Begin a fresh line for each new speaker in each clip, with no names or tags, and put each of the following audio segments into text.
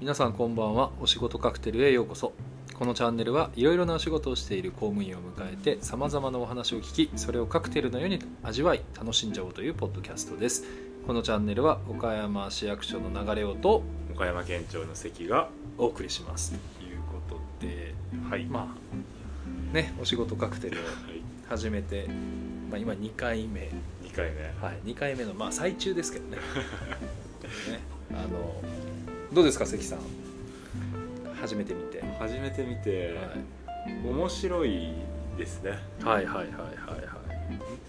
皆さんこんばんはお仕事カクテルへようこそこのチャンネルはいろいろなお仕事をしている公務員を迎えてさまざまなお話を聞きそれをカクテルのように味わい楽しんじゃおうというポッドキャストですこのチャンネルは岡山市役所の流れをと
岡山県庁の席が
お送りしますということで
はい
まあねお仕事カクテルを
はい
始めて、まあ、今2回目
2回目
はい、2回目のまあ最中ですけどね ねあのどうですか関さん初めて見て、は
初めて見て、面白いですね
い、はいはいはいはい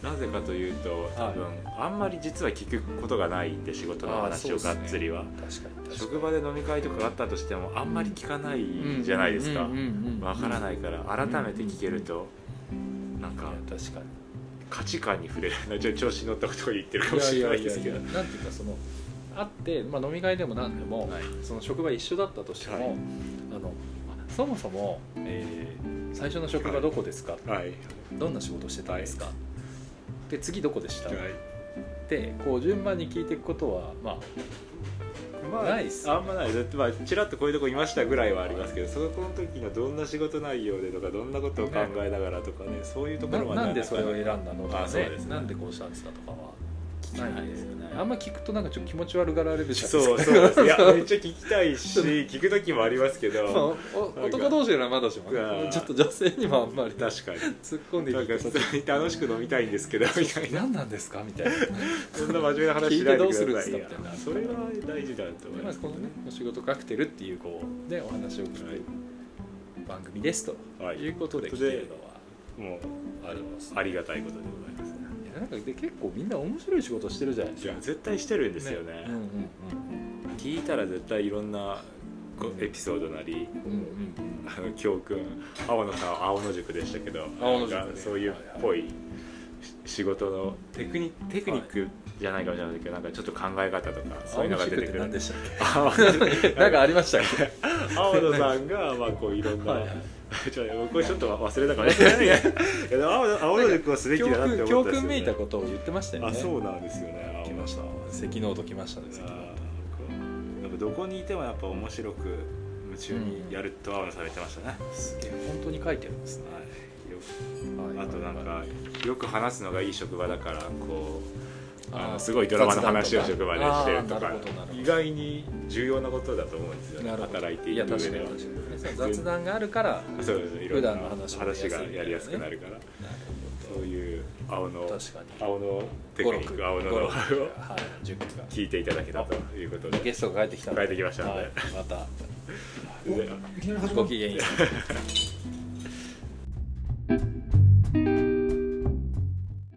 なぜかというと多分、あんまり実は聞くことがないんで仕事の話
あー
を
そう
が
っ
っ
すね
つりは、
確かに確かに
職場で飲み会とかがあったとしてもあんまり聞かない
うん
じゃないですかわ、
うんうんうんうん
からないから改めて聞けると、なん
いや
か
確かに
価値観に触れる ちょ調子に乗ったことを言ってるかもしれないです けど
やなんていうかその会って、まあ、飲み会でも何でも、
はい
その職場一緒だったとしても、
はい
あのあそもそも、えー最初の職場どこですか、
はい
どんな仕事してたんですか、で次どこでした、
はい
ってこう順番に聞いていくことはまあ
まあ、
ないっすね
あんまないだってまあちらっとこういうとこいましたぐらいはありますけどそこの時のどんな仕事内容でとかどんなことを考えながらとかねそういうとこ
な
ろは
なんでそれを選んだのとか
あそう
ね
ですね
なんでこうしたんですかとかは
聞けないですよね
あんま聞くとなんかちょっと気持ち悪がられるじゃ
そう
ない
そうな
で
んですす
か
いやめっちゃ聞きたいし聞く時もありますけ
まあ
ど
お男同士ならまだしも
うわ
ちょっと女性にはあんまり突
確かに
っ込んで
なんか
い
普通に楽しく飲みたいんです けどみたいな
何なんですかみたいな
そんな真面目な話しな
聞いて
いでください
どうするんですかみたいな
やそれは大事だと思い
ま
ま
ず
す
このね「お仕事カクテル」っていうこうねお話を聞
はい
く番組ですと
はい
いうことで
と
聞
いうことで
けるの
も
はあります
うありがたいことでございますね
いやなんかで結構みんな面白い仕事してるじゃないで
い
す
や
か
絶対してるんですよ
うんうん
聞いたら絶対いろんなこうエピソードなり
うんうんうんうん
あの 教訓青野さんは青野塾でしたけど
青野塾ね
なんかそういうっぽいし仕事のテクニテクニックじゃないかもしれないけどなんかちょっと考え方とかそういうのが出てくる
青野塾って
青野
何でしたっけ なんかありましたっ け
青野さんがまあこういろんな、
はいはい
ちょっとこれちょっと忘れたかもしれ ないいやいや青野青野塾はすべき
教
だなっ
訓
て思
教
ったんですよ、ね、
訓めいたことを言ってましたよね
あそうなんですよね
来
青野
まし
さ
た
んは
赤ノート来ましたね
あーやっぱどこにいてもやっぱ面白く夢中にやると青野さんは言ってましたね、
すげえ本当に書いてるんですね
はいよ
はい
あとなん
は
かよく話すのがいい職場だからこうあ
あー
のすごいドラマの話を職場でしてると
あーな
か
るほどなるほど
意外に重要なことだと思うんですよね
なるほど
働いていく
や
上では
確かに確かにその雑談があるから
そうですねいろん
普
な
段の話もやりやすい
話がやりやすくなるからそういう青の
確かに
青のテクニック青の
語
を
録はい塾が
聞いていただけたということで
ゲストが帰ってきたんで
帰ってきましたんで
はいまた
で
ご機嫌いいですね